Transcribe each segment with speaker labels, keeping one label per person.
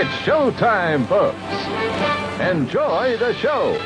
Speaker 1: showtime, folks. Enjoy the show.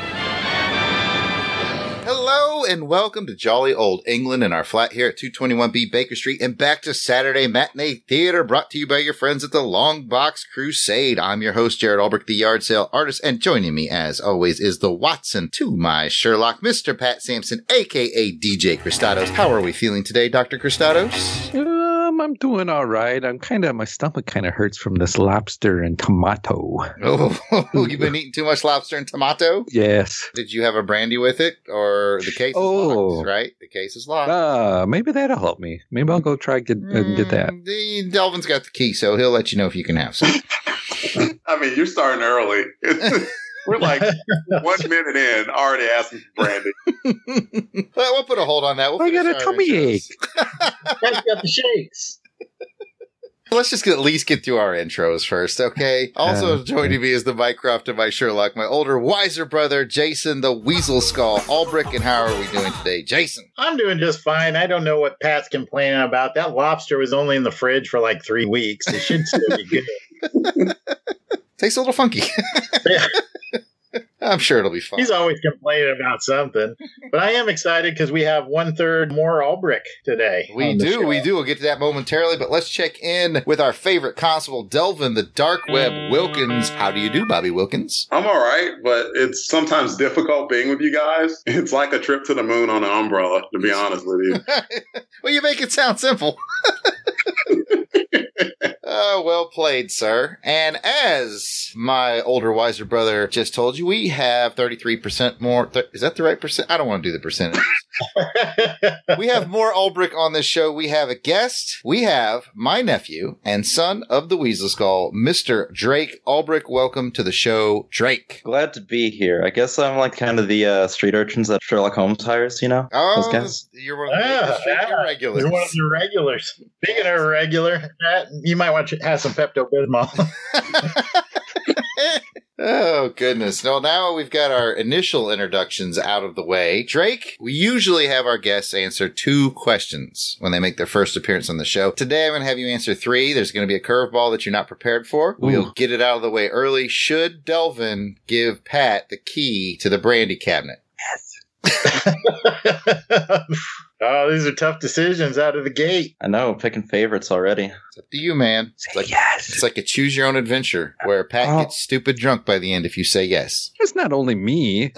Speaker 2: Hello and welcome to Jolly Old England in our flat here at 221B Baker Street and back to Saturday Matinee Theater brought to you by your friends at the Long Box Crusade. I'm your host, Jared Albrecht, the yard sale artist, and joining me as always is the Watson to my Sherlock, Mr. Pat Sampson, aka DJ Cristados. How are we feeling today, Dr. Cristados?
Speaker 3: Um, I'm doing all right. I'm kind of my stomach kind of hurts from this lobster and tomato.
Speaker 2: Oh, you've been eating too much lobster and tomato?
Speaker 3: Yes.
Speaker 2: Did you have a brandy with it or the case is
Speaker 3: Oh.
Speaker 2: locked, right? The case is locked.
Speaker 3: Uh, maybe that'll help me. Maybe I'll go try get and get that.
Speaker 2: Mm, The Delvin's got the key, so he'll let you know if you can have some.
Speaker 4: I mean, you're starting early. We're like one minute in, already asking for brandy.
Speaker 2: Well, we'll put a hold on that. We'll
Speaker 3: I
Speaker 2: finish
Speaker 3: got a
Speaker 2: our
Speaker 3: tummy
Speaker 2: intros.
Speaker 3: ache.
Speaker 5: That's got the shakes.
Speaker 2: Let's just at least get through our intros first, okay?
Speaker 3: Uh,
Speaker 2: Also joining me is the Mycroft and my Sherlock, my older, wiser brother, Jason the Weasel Skull, Albrick, and how are we doing today? Jason.
Speaker 5: I'm doing just fine. I don't know what Pat's complaining about. That lobster was only in the fridge for like three weeks. It should still be good.
Speaker 2: Tastes a little funky.
Speaker 5: Yeah.
Speaker 2: I'm sure it'll be fun.
Speaker 5: He's always complaining about something. But I am excited because we have one third more Ulbrich today.
Speaker 2: We
Speaker 5: on the
Speaker 2: do,
Speaker 5: show.
Speaker 2: we do. We'll get to that momentarily, but let's check in with our favorite constable, Delvin the Dark Web Wilkins. How do you do, Bobby Wilkins?
Speaker 4: I'm all right, but it's sometimes difficult being with you guys. It's like a trip to the moon on an umbrella, to be honest with you.
Speaker 2: Well, you make it sound simple. Uh, well played, sir. And as my older, wiser brother just told you, we have 33% more. Th- is that the right percent? I don't want to do the percentage. we have more Ulbrich on this show. We have a guest. We have my nephew and son of the Weasel Skull, Mr. Drake Ulbrich. Welcome to the show, Drake.
Speaker 6: Glad to be here. I guess I'm like kind of the uh, street urchins that Sherlock Holmes hires, you know?
Speaker 2: Oh,
Speaker 6: Those guys.
Speaker 2: you're one of the
Speaker 5: Yeah,
Speaker 2: Baker Street
Speaker 5: Ah, yeah.
Speaker 2: irregulars.
Speaker 5: You're one of the regulars. Speaking of regular, Pat, you might want to have some Pepto Bismol.
Speaker 2: oh goodness! Well, now we've got our initial introductions out of the way. Drake, we usually have our guests answer two questions when they make their first appearance on the show. Today, I'm going to have you answer three. There's going to be a curveball that you're not prepared for. We'll get it out of the way early. Should Delvin give Pat the key to the brandy cabinet?
Speaker 5: oh, these are tough decisions out of the gate.
Speaker 6: I know, picking favorites already.
Speaker 2: It's up to you, man. It's
Speaker 3: Say
Speaker 2: like
Speaker 3: yes.
Speaker 2: it's like a choose your own adventure where Pat
Speaker 3: Oh.
Speaker 2: gets stupid drunk by the end if you say yes.
Speaker 3: It's not only me.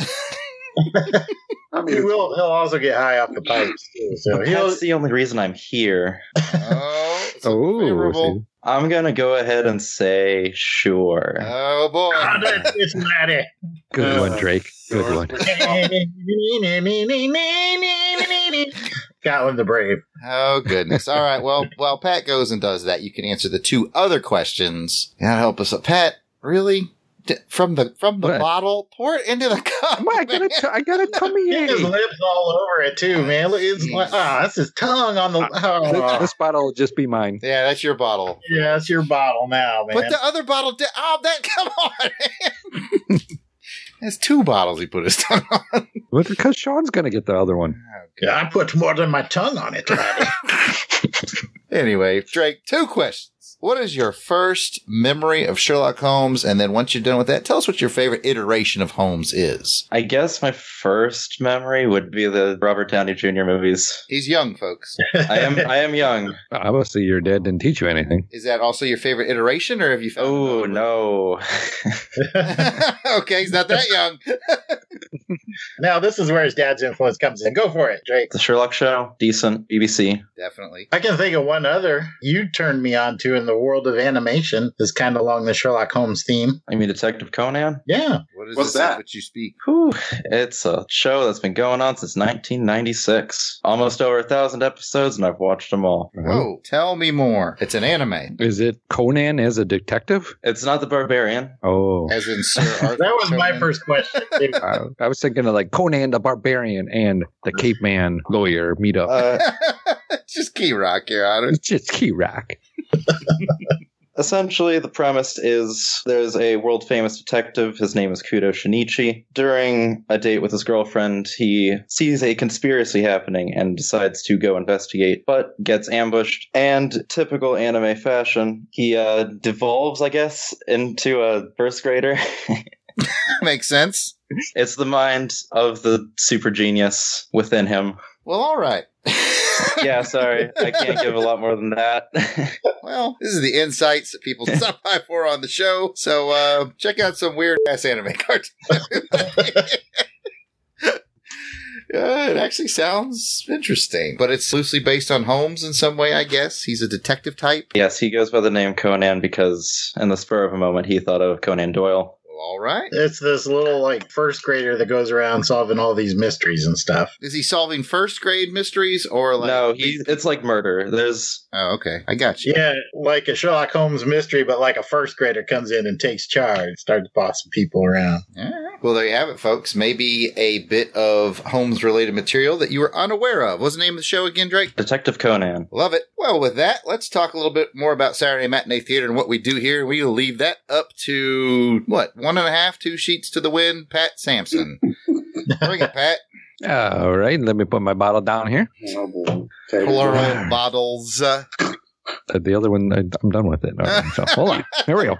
Speaker 4: I mean,
Speaker 5: He will. He'll also get high off the pipes too. So he'll.
Speaker 6: That's the only reason I'm here.
Speaker 2: Oh, it's unfavorable.
Speaker 3: Oh,
Speaker 6: I'm gonna go ahead and say sure.
Speaker 2: Oh boy.
Speaker 5: Ah, that's this laddie.
Speaker 3: good
Speaker 4: Uh,
Speaker 3: one, Drake. Good one.
Speaker 5: Scotland the Brave.
Speaker 2: Oh goodness! All right. Well, while Pat goes and does that, you can answer the two other questions. That'll help us. Pat, really? D- from the from the
Speaker 3: What?
Speaker 2: bottle, pour it into the cup.
Speaker 3: Come on, I got a,
Speaker 2: man.
Speaker 3: t- I got a tummy
Speaker 5: Get his
Speaker 3: ache.
Speaker 5: lips all over it too, man. Look, it's like, ah, that's his tongue on the.
Speaker 3: This,
Speaker 5: Oh,
Speaker 3: this bottle will just be mine.
Speaker 2: yeah, that's your bottle.
Speaker 5: yeah, that's your bottle now, man.
Speaker 2: Put the other bottle down. Oh, that come on. man. that's two bottles he put his tongue on.
Speaker 3: Well, Because Sean's gonna get the other one.
Speaker 5: Yeah, I put more than my tongue on it. laddie.
Speaker 2: Anyway, Drake, two questions. What is your first memory of Sherlock Holmes? And then once you're done with that, tell us what your favorite iteration of Holmes is.
Speaker 6: I guess my first memory would be the Robert Downey Jr. movies.
Speaker 2: He's young, folks.
Speaker 6: I am I am young.
Speaker 3: Obviously, your dad didn't teach you anything.
Speaker 2: Is that also your favorite iteration, or have you? found
Speaker 6: Oh
Speaker 2: another
Speaker 6: no.
Speaker 2: one? okay, he's not that young.
Speaker 5: now this is where his dad's influence comes in. Go for it, Drake.
Speaker 6: the Sherlock show, decent, BBC.
Speaker 2: Definitely.
Speaker 5: I can think of one other you turned me on to in the world of animation is kind of along the Sherlock Holmes theme.
Speaker 6: I mean Detective Conan.
Speaker 5: Yeah.
Speaker 2: What is
Speaker 4: What's
Speaker 2: this
Speaker 4: that?
Speaker 2: What you speak?
Speaker 6: Whew, it's a show that's been going on since 1996. Almost over a thousand episodes, and I've watched them all.
Speaker 2: Oh, tell me more. It's an anime,
Speaker 3: Is it Conan as a detective?
Speaker 6: It's not the Barbarian.
Speaker 3: Oh,
Speaker 2: as in Sir Arthur.
Speaker 5: That was my
Speaker 2: Conan.
Speaker 5: first question. too.
Speaker 3: I, I was thinking of like Conan the Barbarian and the Caveman Lawyer meet up.
Speaker 6: Uh,
Speaker 2: It's Just Key Rock, Your Honor.
Speaker 3: it's just Key Rock.
Speaker 6: essentially, the premise is there's a world famous detective. His name is Kudo Shinichi. During a date with his girlfriend, he sees a conspiracy happening and decides to go investigate, but gets ambushed. And typical anime fashion, he uh, devolves, I guess, into a first grader.
Speaker 2: Makes sense.
Speaker 6: it's the mind of the super genius within him.
Speaker 2: Well, all right.
Speaker 6: Yeah, sorry, I can't give a lot more than that.
Speaker 2: Well, this is the insights that people stop by for on the show. So uh, check out some weird ass anime cartoon. Yeah, Uh, it actually sounds interesting, but it's loosely based on Holmes in some way, I guess. He's a detective type.
Speaker 6: Yes, he goes by the name Conan because, in the spur of a moment, he thought of Conan Doyle.
Speaker 2: Well, all right.
Speaker 5: It's this little like first grader that goes around solving all these mysteries and stuff.
Speaker 2: Is he solving first grade mysteries or like?
Speaker 6: no, he. It's like murder. There's
Speaker 2: Oh, okay. I got you.
Speaker 5: Yeah, like a Sherlock Holmes mystery, but like a first grader comes in and takes charge, starts bossing people around.
Speaker 2: All right. Well, there you have it, folks. Maybe a bit of Holmes related material that you were unaware of. What's the name of the show again, Drake?
Speaker 6: Detective Conan.
Speaker 2: Love it. Well, with that, let's talk a little bit more about Saturday Matinee Theater and what we do here. We'll leave that up to what one and a half, two sheets to the wind. Pat Sampson, bring it, Pat.
Speaker 3: All right, let me put my bottle down here.
Speaker 4: Oh, boy.
Speaker 2: Plural bottles. Uh,
Speaker 3: Uh, The other one, I- I'm done with it. All right, so, hold on. Here we go.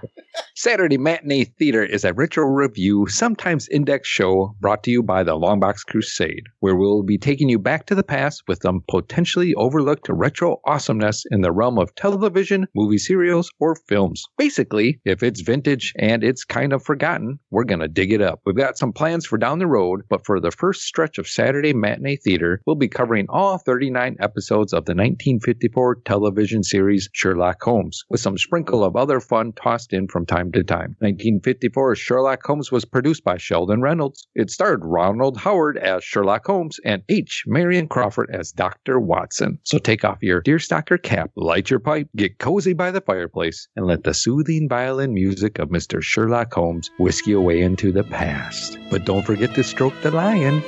Speaker 3: Saturday Matinee Theater is a retro review, sometimes index show brought to you by the Longbox Crusade, where we'll be taking you back to the past with some potentially overlooked retro awesomeness in the realm of television, movie serials, or films. Basically, if it's vintage and it's kind of forgotten, we're going to dig it up. We've got some plans for down the road, but for the first stretch of Saturday Matinee Theater, we'll be covering all 39 episodes of the 1954 television series Sherlock Holmes, with some sprinkle of other fun tossed in from time to time. 1954 Sherlock Holmes was produced by Sheldon Reynolds. It starred Ronald Howard as Sherlock Holmes and H. Marion Crawford as Dr. Watson. So take off your deerstalker cap, light your pipe, get cozy by the fireplace, and let the soothing violin music of Mr. Sherlock Holmes whisk you away into the past. But don't forget to stroke the lion.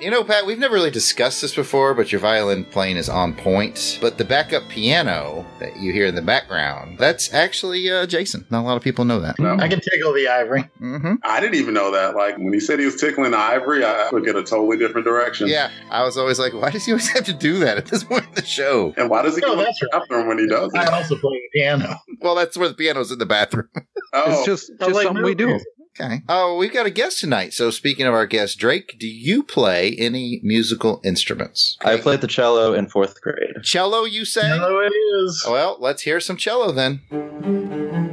Speaker 2: you know, Pat, we've never really discussed this before, but your violin playing is on point. But the backup piano that you hear in the background, that's actually uh, Jason. Not a lot of people know that.
Speaker 4: No.
Speaker 5: I can tickle the ivory.
Speaker 2: hmm
Speaker 4: I didn't even know that. Like when he said he was tickling the ivory, I I took it a totally different direction.
Speaker 2: Yeah, I was always like, why does he always have to do that at this point in the show?
Speaker 4: And why does he
Speaker 5: No,
Speaker 4: go to
Speaker 5: that's
Speaker 4: the bathroom when he does
Speaker 5: I
Speaker 4: it?
Speaker 5: also play the piano.
Speaker 2: Well, that's where the piano's in the bathroom.
Speaker 4: Oh,
Speaker 3: It's just,
Speaker 5: I
Speaker 3: just
Speaker 5: like
Speaker 3: something we do.
Speaker 5: movies.
Speaker 2: Okay. Oh, we've got a guest tonight. So, speaking of our guest, Drake, do you play any musical instruments?
Speaker 6: I played the cello in fourth grade.
Speaker 2: Cello, you say?
Speaker 5: Hello, it is.
Speaker 2: Well, let's hear some cello then.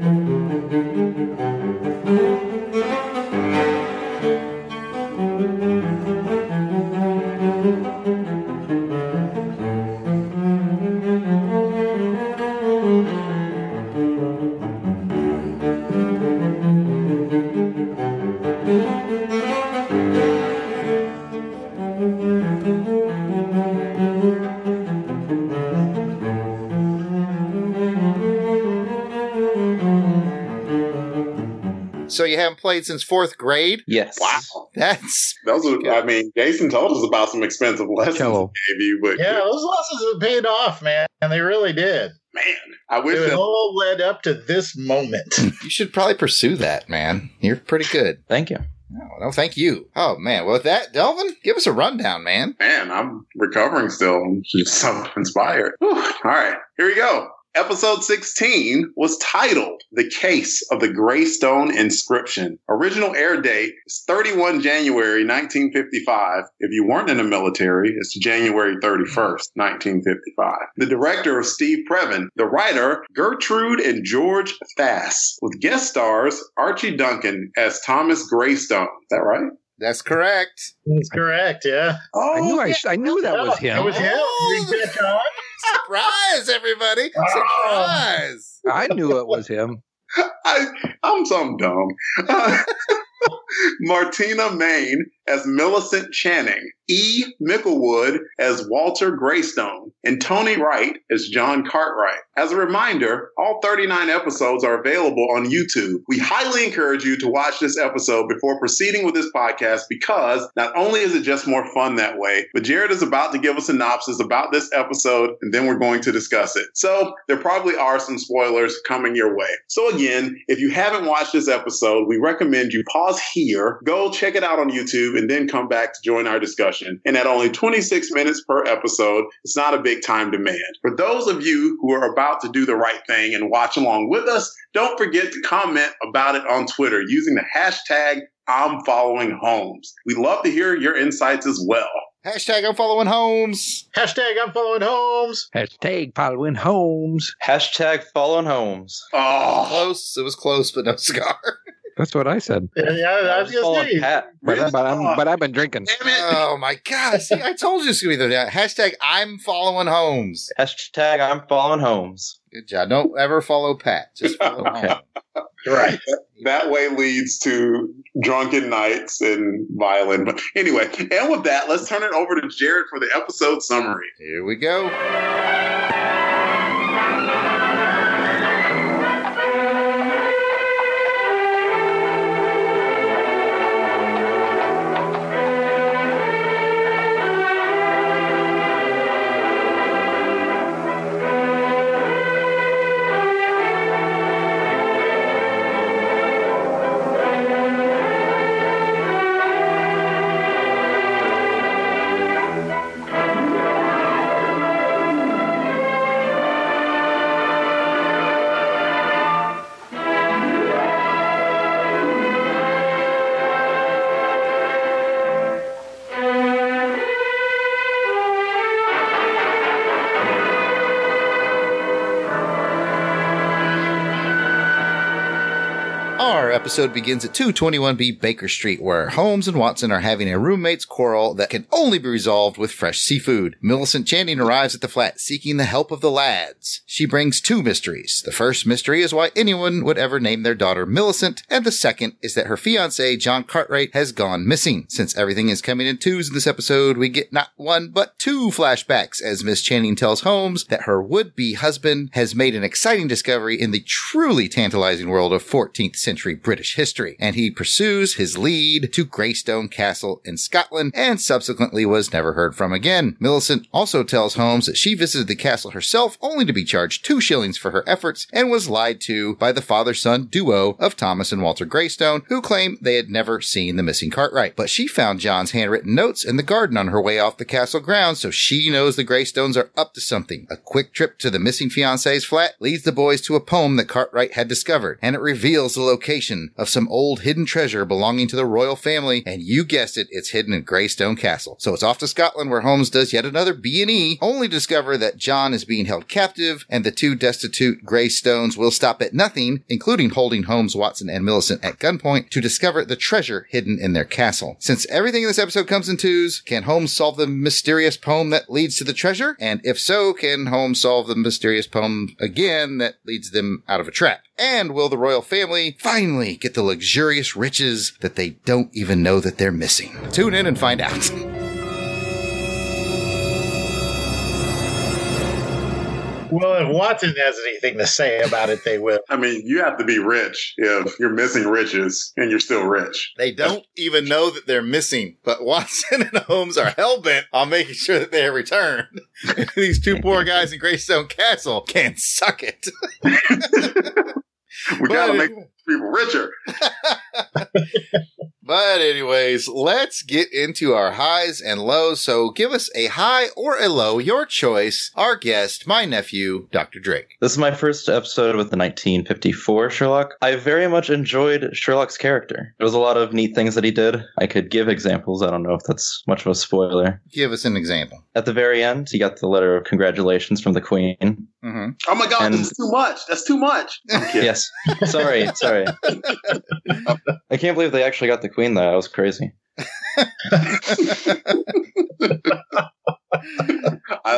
Speaker 2: So, you haven't played since fourth grade?
Speaker 6: Yes.
Speaker 4: wow.
Speaker 2: That's
Speaker 4: Those are, I mean, Jason told us about some expensive lessons
Speaker 3: Cello.
Speaker 4: he gave you, but
Speaker 5: Yeah, those losses have paid off, man. And they really did.
Speaker 4: man, I wish
Speaker 5: It
Speaker 4: that
Speaker 5: all led up to this moment.
Speaker 2: you should probably pursue that, man. You're pretty good.
Speaker 6: Thank you.
Speaker 2: No, no, thank you. Oh man, well, with that, Delvin, give us a rundown, man.
Speaker 4: Man, I'm recovering still. I'm just so inspired. Whew. All right, here we go. Episode 16 was titled The Case of the Greystone Inscription. Original air date is 31 January 1955. If you weren't in the military, it's January 31st, 1955. The director was Steve Previn, the writer Gertrude and George Fass, with guest stars Archie Duncan as Thomas Greystone. Is that right?
Speaker 2: That's correct.
Speaker 5: That's correct, yeah.
Speaker 4: Oh,
Speaker 3: I knew I, sh- I knew that was
Speaker 5: That
Speaker 3: him.
Speaker 5: was him. You bet, John.
Speaker 2: Surprise, everybody!
Speaker 4: Ah.
Speaker 2: Surprise!
Speaker 3: I knew it was him.
Speaker 4: I, I'm some dumb. Uh, Martina Main as Millicent Channing, E. Micklewood as Walter Greystone, and Tony Wright as John Cartwright. As a reminder, all 39 episodes are available on YouTube. We highly encourage you to watch this episode before proceeding with this podcast because not only is it just more fun that way, but Jared is about to give a synopsis about this episode and then we're going to discuss it. So there probably are some spoilers coming your way. So again, if you haven't watched this episode, we recommend you pause here, go check it out on YouTube, and then come back to join our discussion. And at only 26 minutes per episode, it's not a big time demand. For those of you who are about to do the right thing and watch along with us, don't forget to comment about it on Twitter using the hashtag I'm following Holmes. We love to hear your insights as well.
Speaker 2: Hashtag I'm following Holmes.
Speaker 5: Hashtag I'm following Holmes.
Speaker 3: Hashtag following Holmes.
Speaker 6: Hashtag following Holmes.
Speaker 4: Oh,
Speaker 2: Close. It was close, but no cigar.
Speaker 3: That's what I said.
Speaker 5: Yeah, I was gonna
Speaker 6: Following
Speaker 5: say.
Speaker 6: Pat.
Speaker 3: But, I- but, I'm, but I've been drinking.
Speaker 4: damn it.
Speaker 2: oh my god! See, I told you it's gonna be the uh, hashtag I'm following Holmes.
Speaker 6: Hashtag I'm following Holmes.
Speaker 2: Good job. Don't ever follow Pat. Just follow
Speaker 3: Okay.
Speaker 2: Holmes.
Speaker 5: Right.
Speaker 4: that way leads to drunken nights and violent. But anyway, and with that, let's turn it over to Jared for the episode summary.
Speaker 2: Here we go. Our episode begins at 221B Baker Street, where Holmes and Watson are having a roommate's quarrel that can only be resolved with fresh seafood. Millicent Channing arrives at the flat seeking the help of the lads. She brings two mysteries. The first mystery is why anyone would ever name their daughter Millicent, and the second is that her fiance, John Cartwright, has gone missing. Since everything is coming in twos in this episode, we get not one, but two flashbacks as Miss Channing tells Holmes that her would-be husband has made an exciting discovery in the truly tantalizing world of 14th century British history, and he pursues his lead to Greystone Castle in Scotland and subsequently was never heard from again. Millicent also tells Holmes that she visited the castle herself only to be charged two shillings for her efforts and was lied to by the father-son duo of Thomas and Walter Greystone, who claim they had never seen the missing Cartwright. But she found John's handwritten notes in the garden on her way off the castle grounds, so she knows the Greystones are up to something. A quick trip to the missing fiance's flat leads the boys to a poem that Cartwright had discovered, and it reveals the location of some old hidden treasure belonging to the royal family, and you guessed it, it's hidden in Greystone Castle. So it's off to Scotland where Holmes does yet another B&E, only to discover that John is being held captive, and the two destitute Greystones will stop at nothing, including holding Holmes, Watson, and Millicent at gunpoint to discover the treasure hidden in their castle. Since everything in this episode comes in twos, can Holmes solve the mysterious poem that leads to the treasure? And if so, can Holmes solve the mysterious poem again that leads them out of a trap? And will the royal family finally get the luxurious riches that they don't even know that they're missing? Tune in and find out.
Speaker 5: Well, if Watson has anything to say about it, they will.
Speaker 4: I mean, you have to be rich if you're missing riches and you're still rich.
Speaker 2: They don't even know that they're missing, but Watson and Holmes are hell bent on making sure that they are returned. These two poor guys in Greystone Castle can suck it.
Speaker 4: We
Speaker 2: But-
Speaker 4: got to make people richer.
Speaker 2: But anyways, let's get into our highs and lows. So give us a high or a low, your choice. Our guest, my nephew, Dr. Drake.
Speaker 6: This is my first episode with the 1954 Sherlock. I very much enjoyed Sherlock's character. There was a lot of neat things that he did. I could give examples. I don't know if that's much of a spoiler.
Speaker 2: Give us an example.
Speaker 6: At the very end, he got the letter of congratulations from the Queen.
Speaker 2: Mm-hmm.
Speaker 4: Oh my God,
Speaker 6: And-
Speaker 4: this is too much. That's too much. I'm kidding.
Speaker 6: Yes. sorry, sorry. I can't believe they actually got the Queen, though. That was crazy.
Speaker 4: I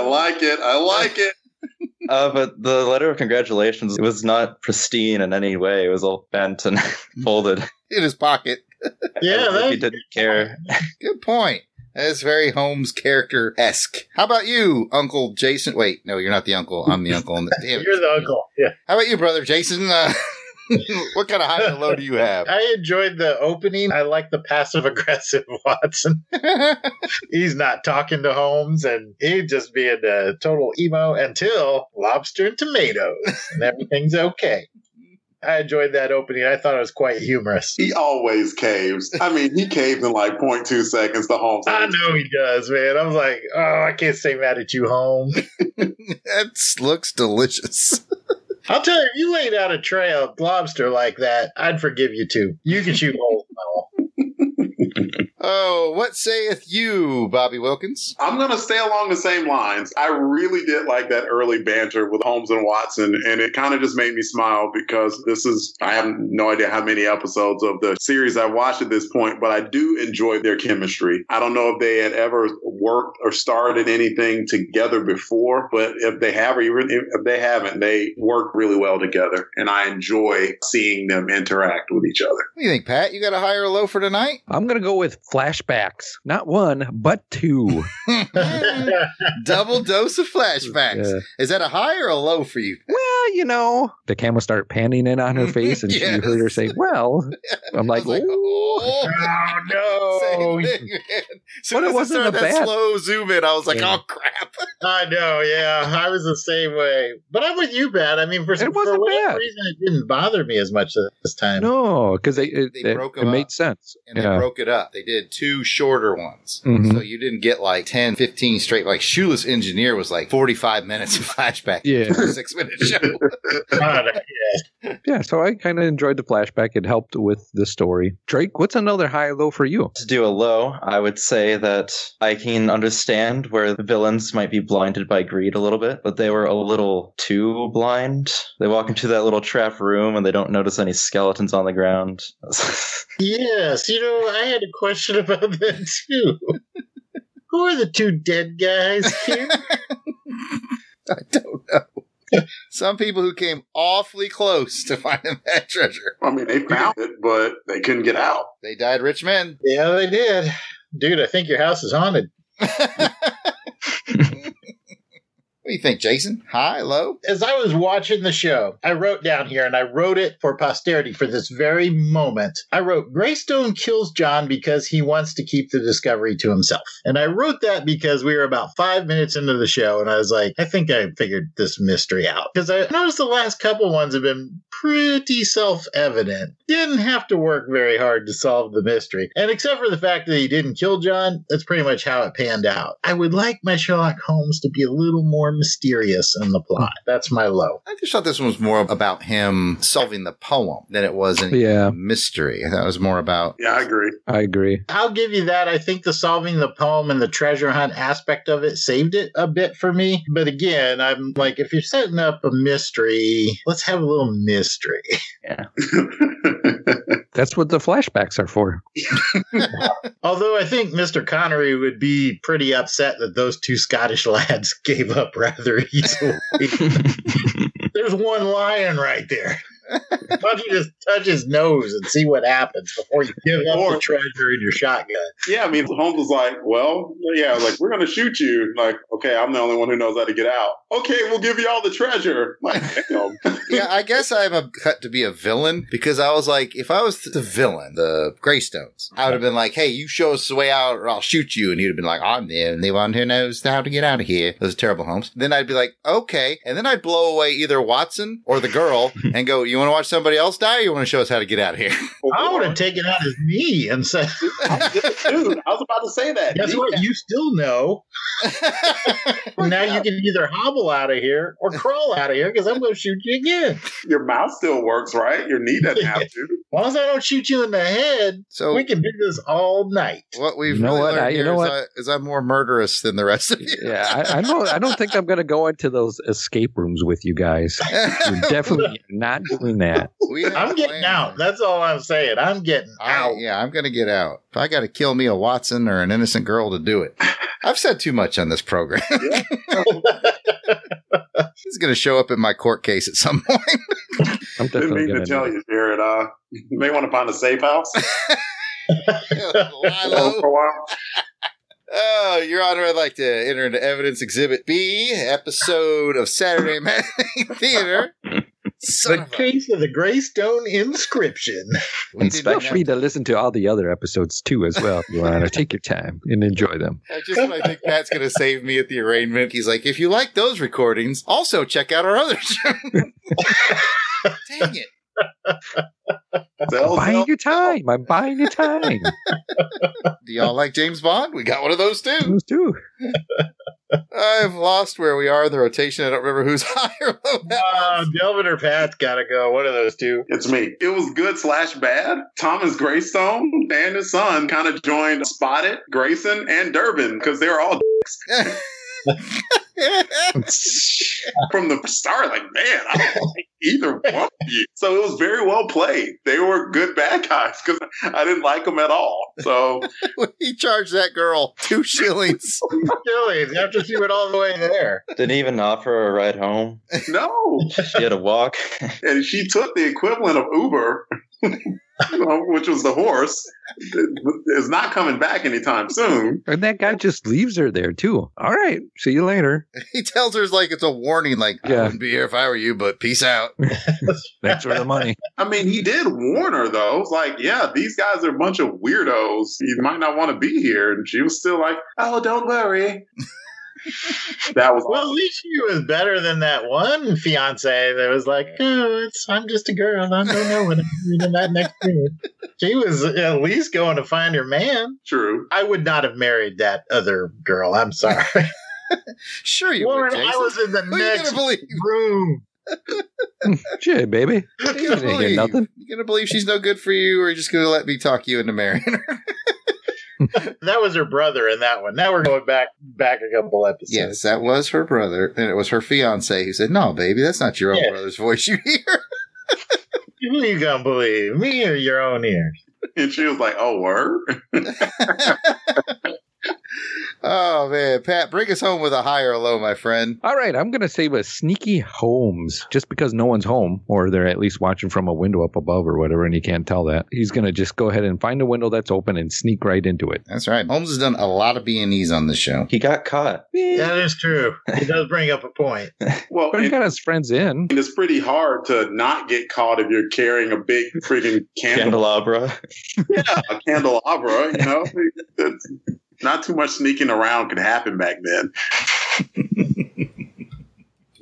Speaker 4: like it. I like it.
Speaker 6: Uh, but the letter of congratulations was not pristine in any way. It was all bent and folded.
Speaker 2: in his pocket.
Speaker 5: Yeah,
Speaker 6: As if he
Speaker 5: that,
Speaker 6: didn't care.
Speaker 2: Good point. That's very Holmes character esque. How about you, Uncle Jason? Wait, no, you're not the uncle. I'm the uncle. Damn it.
Speaker 5: you're the uncle. Yeah.
Speaker 2: How about you, brother Jason? Uh, what kind of high and low do you have?
Speaker 5: I enjoyed the opening. I like the passive aggressive Watson. He's not talking to Holmes and he just being a total emo until lobster and tomatoes and everything's okay. I enjoyed that opening. I thought it was quite humorous.
Speaker 4: He always caves. I mean, he caved in like 0.2 seconds to Holmes.
Speaker 5: I know he does, man. I'm like, oh, I can't stay mad at you, Holmes.
Speaker 2: that looks delicious.
Speaker 5: I'll tell you, if you laid out a tray of lobster like that, I'd forgive you too. You can shoot holes in my wall.
Speaker 2: Oh, what saith you, Bobby Wilkins?
Speaker 4: I'm going to stay along the same lines. I really did like that early banter with Holmes and Watson, and it kind of just made me smile because this is, I have no idea how many episodes of the series I watched at this point, but I do enjoy their chemistry. I don't know if they had ever worked or started anything together before, but if they have, or even if they haven't, they work really well together, and I enjoy seeing them interact with each other.
Speaker 2: What do you think, Pat? You got a high or low for tonight?
Speaker 3: I'm going to go with flashbacks. Not one, but two.
Speaker 2: Double dose of flashbacks.
Speaker 3: Yeah.
Speaker 2: Is that a high or a low for you?
Speaker 3: well, you know, the camera started panning in on her face, and
Speaker 2: Yes.
Speaker 3: she heard her say, "Well," I'm
Speaker 2: I
Speaker 3: like,
Speaker 2: was like, oh.
Speaker 5: oh,
Speaker 2: Same
Speaker 5: no.
Speaker 2: thing, man. So
Speaker 3: But it
Speaker 2: as
Speaker 3: wasn't
Speaker 2: started
Speaker 3: a
Speaker 2: that
Speaker 3: bad-
Speaker 2: slow zoom in. I was like,
Speaker 3: Yeah.
Speaker 2: oh crap!
Speaker 5: I know, yeah. I was the same way. But I'm with you, Pat. I mean, for, for
Speaker 3: It wasn't
Speaker 5: whatever
Speaker 3: bad.
Speaker 5: reason, it didn't bother me as much this time.
Speaker 3: "No," because it, it,
Speaker 2: "Oh." They
Speaker 3: it-
Speaker 2: broke
Speaker 3: it
Speaker 2: 'em
Speaker 3: made
Speaker 2: up.
Speaker 3: sense.
Speaker 2: And they
Speaker 3: Yeah.
Speaker 2: broke it up. They did two shorter ones,
Speaker 3: Mhm.
Speaker 2: so you didn't get like 10, 15 straight. Like Shoeless Engineer was like forty five minutes of flashback.
Speaker 3: Yeah.
Speaker 2: six minute show.
Speaker 5: God,
Speaker 3: Yeah, so I kind of enjoyed the flashback. It helped with the story. Drake, what's another high low for you?
Speaker 6: To do a low, I would say that I can understand where the villains might be blinded by greed a little bit, but they were a little too blind. They walk into that little trap room and they don't notice any skeletons on the ground.
Speaker 5: Yes, you know, I had a question about that too. Who are the two dead guys here?
Speaker 2: I don't know. Some people who came awfully close to finding that treasure.
Speaker 4: I mean, they found it, but they couldn't get out.
Speaker 2: They died rich men.
Speaker 5: yeah, they did. Dude, I think your house is haunted.
Speaker 2: What do you think, Jason? High, low?
Speaker 5: As I was watching the show, I wrote down here and I wrote it for posterity for this very moment. I wrote Greystone kills John because he wants to keep the discovery to himself. And I wrote that because we were about five minutes into the show and I was like, I think I figured this mystery out. Because I noticed the last couple ones have been pretty self evident. Didn't have to work very hard to solve the mystery. And except for the fact that he didn't kill John, that's pretty much how it panned out. I would like my Sherlock Holmes to be a little more mysterious in the plot. That's my low.
Speaker 2: I just thought this one was more about him solving the poem than it was any
Speaker 3: Yeah,
Speaker 2: mystery. I thought it was more about
Speaker 4: Yeah, I agree.
Speaker 3: I agree.
Speaker 5: I'll give you that. I think the solving the poem and the treasure hunt aspect of it saved it a bit for me. But again, I'm like, if you're setting up a mystery, let's have a little mystery.
Speaker 3: That's what the flashbacks are for.
Speaker 5: Although I think Mr. Connery would be pretty upset that those two Scottish lads gave up rather easily. There's one lion right there. Why don't you just touch his nose and see what happens before you give up
Speaker 4: Or-
Speaker 5: the treasure in your shotgun?
Speaker 4: yeah, I mean, Holmes was like, well, yeah, like, we're going to shoot you. Like, okay, I'm the only one who knows how to get out. Okay, we'll give you all the treasure. Like, damn.
Speaker 2: yeah, I guess I'm a cut to be a villain because I was like, if I was the villain, the Greystones, I would have been like, hey, you show us the way out or I'll shoot you. And he'd have been like, I'm the only one who knows how to get out of here. Those terrible homes. Then I'd be like, okay. And then I'd blow away either Watson or the girl and go, you want to watch somebody else die or you want to show us how to get out of here?
Speaker 5: I would have taken out his knee and said,
Speaker 4: Dude, I was about to say that.
Speaker 5: Guess what? You still know. now
Speaker 4: yeah.
Speaker 5: you can either hobble out of here or crawl out of here because I'm going to shoot you again.
Speaker 4: Your mouth still works, right? Your knee doesn't have to.
Speaker 5: As long as I don't shoot you in the head,
Speaker 2: so
Speaker 5: we can do this all night.
Speaker 2: what we've
Speaker 3: You know
Speaker 2: really
Speaker 3: what?
Speaker 2: learned
Speaker 3: I- you
Speaker 2: here
Speaker 3: know
Speaker 2: is
Speaker 3: what?
Speaker 2: I, is I'm more murderous than the rest of you.
Speaker 3: Yeah, I, I don't. I don't think I'm going to go into those escape rooms with you guys. You're definitely not doing that.
Speaker 2: We have
Speaker 5: I'm getting
Speaker 2: plans.
Speaker 5: out. That's all I'm saying. I'm getting
Speaker 2: I,
Speaker 5: out.
Speaker 2: yeah, I'm going to get out. If I got to kill me a Watson or an innocent girl to do it. I've said too much on this program. He's going to show up in my court case at some point.
Speaker 3: I'm
Speaker 4: Didn't
Speaker 3: definitely
Speaker 4: mean
Speaker 3: gonna
Speaker 4: to tell you, Jared. Uh, you may want to find a safe house
Speaker 2: Lilo.
Speaker 4: for a while.
Speaker 2: Oh, Your Honor, I'd like to enter into evidence exhibit B, episode of Saturday Matinee Theater. Son
Speaker 5: The
Speaker 2: of a-
Speaker 5: case of the Greystone inscription.
Speaker 2: we
Speaker 3: And
Speaker 2: did
Speaker 3: feel
Speaker 2: not-
Speaker 3: free to listen to all the other episodes too, as well. If you want to take your time and enjoy them.
Speaker 2: I just I think Pat's going to save me at the arraignment. He's like, if you like those recordings, also check out our other show. Dang it.
Speaker 4: Sell,
Speaker 3: buying
Speaker 4: sell.
Speaker 3: your time. I'm buying your time.
Speaker 2: Do y'all like James Bond? We got one of those too.
Speaker 3: Those two.
Speaker 2: I've lost where we are in the rotation. I don't remember who's high or low. now.
Speaker 5: Uh, Delvin or Pat's got to go. One of those two.
Speaker 4: It's me. It was good slash bad. Thomas Greystone and his son kind of joined Spotted, Grayson, and Durbin because they were all from the start. Like, man, I don't like either one of you. So it was very well played. They were good bad guys because I didn't like them at all. So
Speaker 2: he charged that girl two shillings.
Speaker 5: Really, after she went all the way there.
Speaker 6: Didn't even offer her a ride home.
Speaker 4: no,
Speaker 6: She had to walk.
Speaker 4: and she took the equivalent of Uber, you know, which was the horse. Is not coming back anytime soon.
Speaker 3: And that guy just leaves her there too. All right. See you later.
Speaker 2: he tells her it's like it's a warning, like I
Speaker 3: Yeah.
Speaker 2: wouldn't be here if I were you, but peace out.
Speaker 3: Thanks for the money.
Speaker 4: I mean, he did warn her though. It was like, yeah, these guys are a bunch of weirdos. You might not want to be here. And she was still like, oh, don't worry. that was
Speaker 5: Well, at least she was better than that one fiance that was like, "Oh, it's I'm just a girl. I don't know what I'm doing in that next room." She was at least going to find her man.
Speaker 4: true.
Speaker 5: I would not have married that other girl. I'm sorry,
Speaker 2: Sure, you would,
Speaker 5: Warren.
Speaker 2: Jason.
Speaker 5: I was in the
Speaker 2: Who are you
Speaker 5: next
Speaker 2: gonna believe?
Speaker 5: room.
Speaker 3: Shit, baby.
Speaker 2: Who
Speaker 3: You
Speaker 2: you gonna
Speaker 3: didn't hear
Speaker 2: believe?
Speaker 3: nothing.
Speaker 2: You gonna believe she's no good for you, or you just gonna let me talk you into marrying her?
Speaker 5: That was her brother in that one. Now we're going back back a couple episodes.
Speaker 2: Yes, that was her brother, and it was her fiance who said, "No, baby, that's not your own
Speaker 5: Yeah.
Speaker 2: brother's voice you hear."
Speaker 5: Who you gonna believe, me or your own ears?
Speaker 4: And she was like, oh, word?
Speaker 2: oh man, Pat, bring us home with a high or low, my friend.
Speaker 3: All right, I'm going to save a sneaky Holmes just because no one's home or they're at least watching from a window up above or whatever, and you can't tell that. He's going to just go ahead and find a window that's open and sneak right into it.
Speaker 2: That's right. Holmes has done a lot of B and E's on this show.
Speaker 6: He got caught.
Speaker 5: That is true. It does bring up a point.
Speaker 4: Well,
Speaker 3: But he
Speaker 4: and,
Speaker 3: got his friends in.
Speaker 4: and it's pretty hard to not get caught if you're carrying a big freaking candle,
Speaker 6: Candelabra.
Speaker 4: a candelabra, you know? That's- not too much sneaking around could happen back then.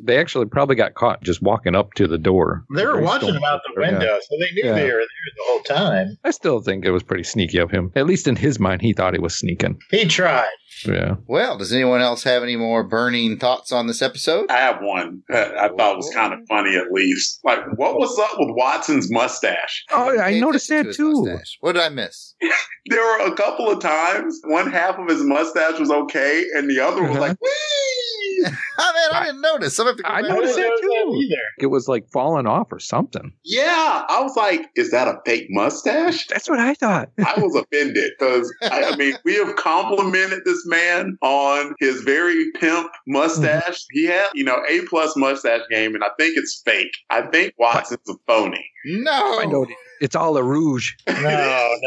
Speaker 3: They actually probably got caught just walking up to the door.
Speaker 5: They were
Speaker 3: Very
Speaker 5: watching
Speaker 3: stoned.
Speaker 5: him out the
Speaker 3: Yeah.
Speaker 5: window, so they knew
Speaker 3: Yeah.
Speaker 5: they were there the whole time.
Speaker 3: I still think it was pretty sneaky of him. At least in his mind, he thought he was sneaking.
Speaker 5: He tried.
Speaker 3: Yeah.
Speaker 2: Well, does anyone else have any more burning thoughts on this episode?
Speaker 4: I have one that I thought was kind of funny, at least. Like, what was up with Watson's mustache?
Speaker 3: Oh, I
Speaker 2: Pay
Speaker 3: noticed
Speaker 2: attention
Speaker 3: that
Speaker 2: to his
Speaker 3: too.
Speaker 2: mustache. What did I miss?
Speaker 4: There were a couple of times one half of his mustache was okay, and the other was
Speaker 3: Uh-huh.
Speaker 4: like, wee!
Speaker 2: Oh man, I didn't notice. I'm gonna have to go
Speaker 3: I
Speaker 2: back.
Speaker 5: I
Speaker 3: noticed
Speaker 5: didn't
Speaker 3: that
Speaker 5: know
Speaker 3: too.
Speaker 5: that either.
Speaker 3: It was like falling off or something.
Speaker 4: Yeah. I was like, is that a fake mustache?
Speaker 3: That's what I thought.
Speaker 4: I was offended because, I, I mean, we have complimented this man on his very pimp mustache. He had, you know, A plus mustache game, and I think it's fake. I think Watson's a phony.
Speaker 2: No,
Speaker 3: I know it's all a rouge.
Speaker 5: No, no,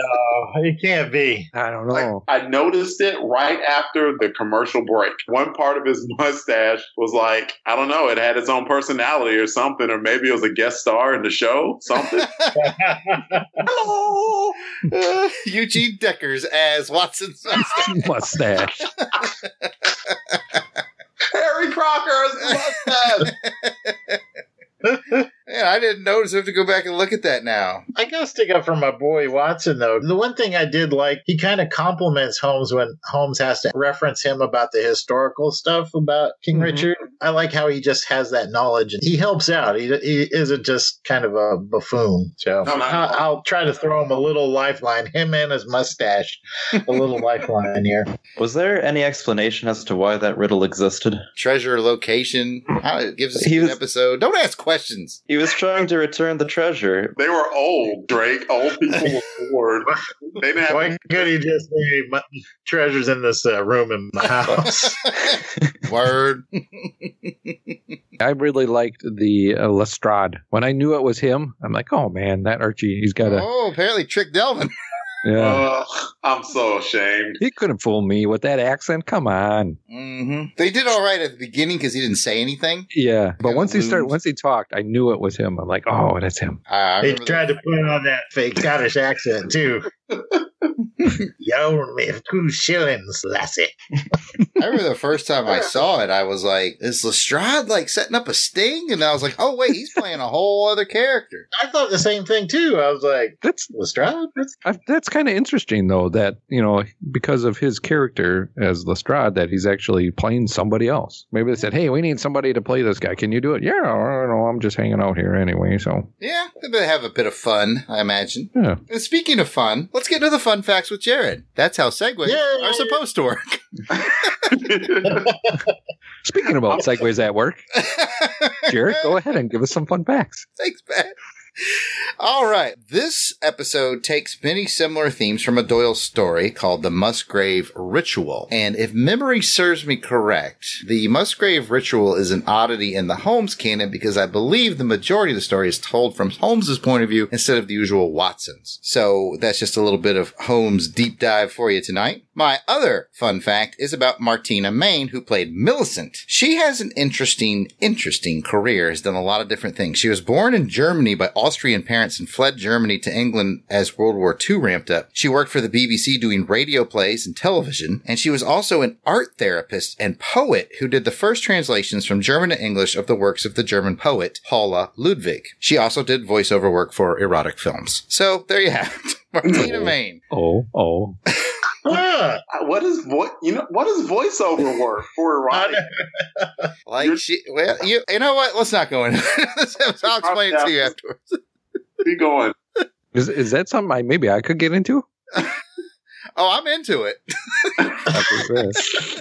Speaker 5: it can't be.
Speaker 3: I don't
Speaker 4: Like,
Speaker 3: know.
Speaker 4: I noticed it right after the commercial break. One part of his mustache was like, I don't know, it had its own personality or something, or maybe it was a guest star in the show, something.
Speaker 2: Hello, Uh, Eugene Deckers as Watson's mustache.
Speaker 3: Mustache.
Speaker 4: Harry Crocker's mustache.
Speaker 2: Man, I didn't notice. I have to go back and look at that now.
Speaker 5: I gotta stick up for my boy Watson though. The one thing I did like, he kind of compliments Holmes when Holmes has to reference him about the historical stuff about King
Speaker 3: Mhm.
Speaker 5: Richard. I like how he just has that knowledge and he helps out. He, he isn't just kind of a buffoon. So
Speaker 4: No, no.
Speaker 5: I, I'll try to throw him a little lifeline. Him and his mustache, a little lifeline here.
Speaker 6: Was there any explanation as to why that riddle existed?
Speaker 2: Treasure location. How it gives us a
Speaker 6: He
Speaker 2: good
Speaker 6: was-
Speaker 2: episode. Don't ask questions.
Speaker 6: He was trying to return the treasure.
Speaker 4: They were old, Drake. Old people were bored. They didn't have
Speaker 5: Why could he just say, "My treasures in this uh, room in my house?
Speaker 2: Word.
Speaker 3: I really liked the uh, Lestrade. When I knew it was him, I'm like, oh man, that Archie, he's got a
Speaker 2: Oh, apparently Trick Delvin.
Speaker 3: yeah.
Speaker 4: Ugh, I'm so ashamed.
Speaker 3: he couldn't fool me with that accent. Come on,
Speaker 2: hmm They did all right at the beginning because he didn't say anything.
Speaker 3: yeah. But
Speaker 2: Yeah,
Speaker 3: once he started,
Speaker 2: lose.
Speaker 3: once he talked, I knew it was him. I'm like, oh, that's him.
Speaker 2: I- I
Speaker 5: They
Speaker 2: remember
Speaker 5: tried to put on that fake Scottish accent too. you owe me two shillings, lassie.
Speaker 2: I remember the first time I saw it, I was like, is Lestrade like setting up a sting? And I was like, oh, wait, he's playing a whole other character.
Speaker 5: I thought the same thing too. I was like,
Speaker 3: That's
Speaker 5: Lestrade?
Speaker 3: I, that's kind of interesting though. That you know, because of his character as Lestrade, that he's actually playing somebody else. Maybe they said, hey, we need somebody to play this guy. Can you do it? Yeah, I don't know. I'm just hanging out here anyway. So
Speaker 2: Yeah, they have a bit of fun, I imagine.
Speaker 3: yeah,
Speaker 2: And speaking of fun, let's get into the fun facts with Jared. That's how segues
Speaker 5: Yay!
Speaker 2: are supposed to work.
Speaker 3: Speaking about segues at work, Jared, go ahead and give us some fun facts.
Speaker 2: Thanks, Pat. All right. This episode takes many similar themes from a Doyle story called The Musgrave Ritual. And if memory serves me correct, the Musgrave Ritual is an oddity in the Holmes canon because I believe the majority of the story is told from Holmes's point of view instead of the usual Watson's. So that's just a little bit of Holmes deep dive for you tonight. My other fun fact is about Martina Main, who played Millicent. She has an interesting, interesting career, has done a lot of different things. She was born in Germany by Austrian parents and fled Germany to England as World War II ramped up. She worked for the BBC doing radio plays and television, and she was also an art therapist and poet who did the first translations from German to English of the works of the German poet Paula Ludwig. She also did voiceover work for erotic films. So there you have it. Martina Main.
Speaker 3: Oh, oh,
Speaker 5: Huh.
Speaker 4: What is vo- you know what is voiceover work for erotic?
Speaker 2: Like
Speaker 4: You're-
Speaker 2: she, well, you, you know what? Let's not go into this. I'll explain it to you afterwards.
Speaker 4: Keep going.
Speaker 3: is is that something I, maybe I could get into?
Speaker 2: Oh, I'm into it.
Speaker 3: I think so.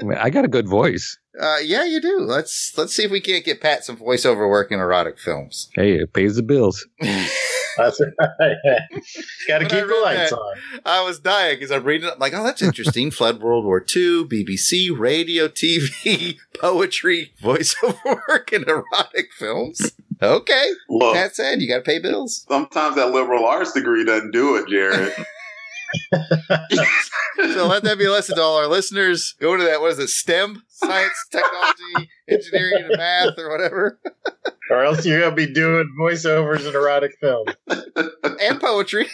Speaker 3: I mean, I got a good voice.
Speaker 2: Uh, yeah, you do. Let's let's see if we can't get Pat some voiceover work in erotic films.
Speaker 3: Hey, it pays the bills.
Speaker 5: That's right. Gotta
Speaker 2: When I
Speaker 5: keep the
Speaker 2: read
Speaker 5: lights
Speaker 2: that-
Speaker 5: on.
Speaker 2: I was dying because I'm reading it. Like, oh, that's interesting. Flood World War II, BBC, radio, TV, poetry, voiceover work in erotic films. Okay,
Speaker 4: Look,
Speaker 2: that said, you got to pay bills.
Speaker 4: sometimes that liberal arts degree doesn't do it, Jared.
Speaker 2: So let that be a lesson to all our listeners. Go to that. What is it? STEM, science, technology, engineering, and math, or whatever.
Speaker 5: Or else you're gonna be doing voiceovers in erotic film.
Speaker 2: and poetry.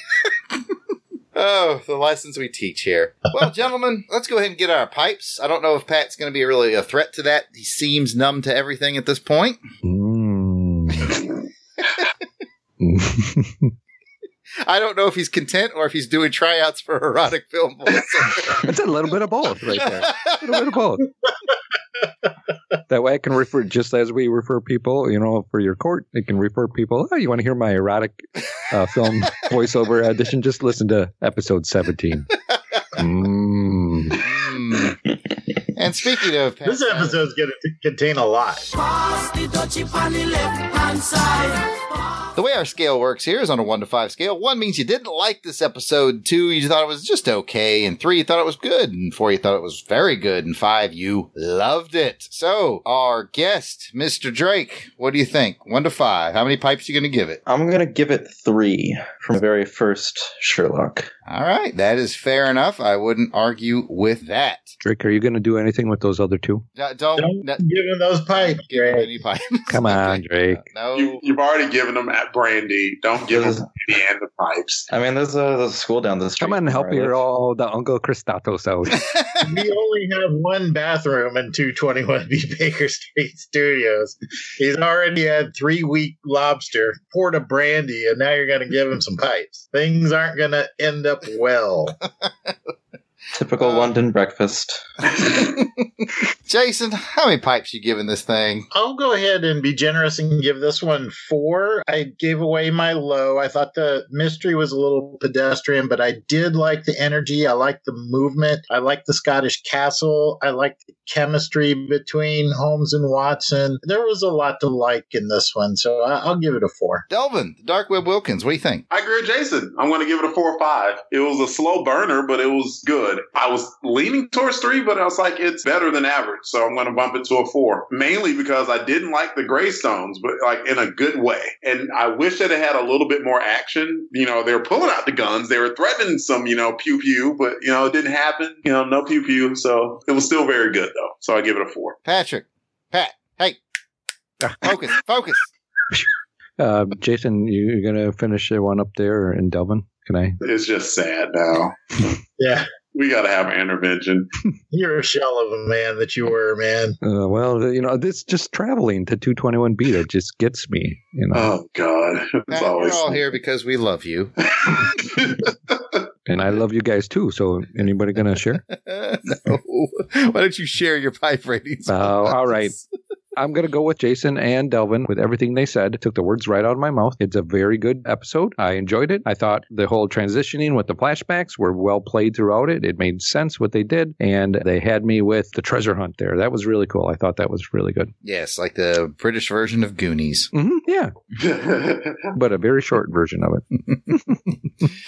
Speaker 2: oh, the lessons we teach here. Well, gentlemen, let's go ahead and get our pipes. I don't know if Pat's going to be really a threat to that. He seems numb to everything at this point.
Speaker 3: Mm.
Speaker 2: I don't know if he's content or if he's doing tryouts for erotic film. voiceover.
Speaker 3: That's a little bit of both right there. A little bit of both. That way I can refer, just as we refer people, you know, for your court, I can refer people, oh, you want to hear my erotic uh, film voiceover audition? Just listen to episode 17. Mm.
Speaker 2: Hmm. and speaking of Pat,
Speaker 5: This episode's gonna t- contain a lot.
Speaker 2: The way our scale works here is on a one to five scale. One means you didn't like this episode. Two, you thought it was just okay. And three, you thought it was good. And four, you thought it was very good. And five, you loved it. So our guest, Mr. Drake, what do you think? One to five. How many pipes you going to give it?
Speaker 6: I'm going to give it three from the very first Sherlock.
Speaker 2: All right. That is fair enough. I wouldn't argue with that.
Speaker 3: Drake, are you going to do anything with those other two?
Speaker 2: No, don't
Speaker 5: Don't
Speaker 2: no,
Speaker 5: give him those pipes,
Speaker 2: give him
Speaker 5: Greg.
Speaker 2: any pipes.
Speaker 3: Come on, Drake.
Speaker 2: No.
Speaker 4: you, you've already given them at brandy. Don't give
Speaker 6: There's-
Speaker 4: them any and the pipes.
Speaker 6: I mean, there's a, there's a school down the street.
Speaker 3: Come and help
Speaker 6: where I live.
Speaker 3: your all the Uncle Christatos out.
Speaker 5: We only have one bathroom in 221B Baker Street Studios. He's already had three week lobster, poured a brandy, and now you're gonna give him some pipes. Things aren't gonna end up well.
Speaker 6: Typical
Speaker 2: Uh,
Speaker 6: London breakfast.
Speaker 2: Jason, how many pipes you giving this thing?
Speaker 5: I'll go ahead and be generous and give this one four. I gave away my low. I thought the mystery was a little pedestrian, but I did like the energy. I liked the movement. I liked the Scottish castle. I liked the chemistry between Holmes and Watson. There was a lot to like in this one, so I- I'll give it a four.
Speaker 2: Delvin, the Dark Web Wilkins, what do you think?
Speaker 4: I agree with Jason. I'm going to give it a four or five. It was a slow burner, but it was good. I was leaning towards three, but I was like, it's better than average. So I'm going to bump it to a four, mainly because I didn't like the Greystones, but like in a good way. And I wish that it had a little bit more action. You know, they were pulling out the guns. They were threatening some, you know, pew pew, but you know, it didn't happen. You know, no pew pew. So it was still very good though. So I give it a four.
Speaker 2: Patrick, Pat, hey, focus, focus.
Speaker 3: Uh, Jason, you, you're going to finish the one up there in Delvin? Can I?
Speaker 4: It's just sad now.
Speaker 5: Yeah,
Speaker 4: We got to have an intervention.
Speaker 5: you're a shell of a man that you were, man.
Speaker 3: Uh, well, you know, this just traveling to 221 Beta just gets me. You know,
Speaker 4: Oh God. It's
Speaker 2: Pat, we're
Speaker 4: always.
Speaker 2: all here because we love you.
Speaker 3: and I love you guys too. So, anybody going to share?
Speaker 2: no. Why don't you share your pipe ratings? with
Speaker 3: Oh,
Speaker 2: us?
Speaker 3: all right. I'm going to go with Jason and Delvin with everything they said. Took the words right out of my mouth. It's a very good episode. I enjoyed it. I thought the whole transitioning with the flashbacks were well played throughout it. It made sense what they did. And they had me with the treasure hunt there. That was really cool. I thought that was really good.
Speaker 2: Yes, like the British version of Goonies.
Speaker 3: hmm yeah. But a very short version of it.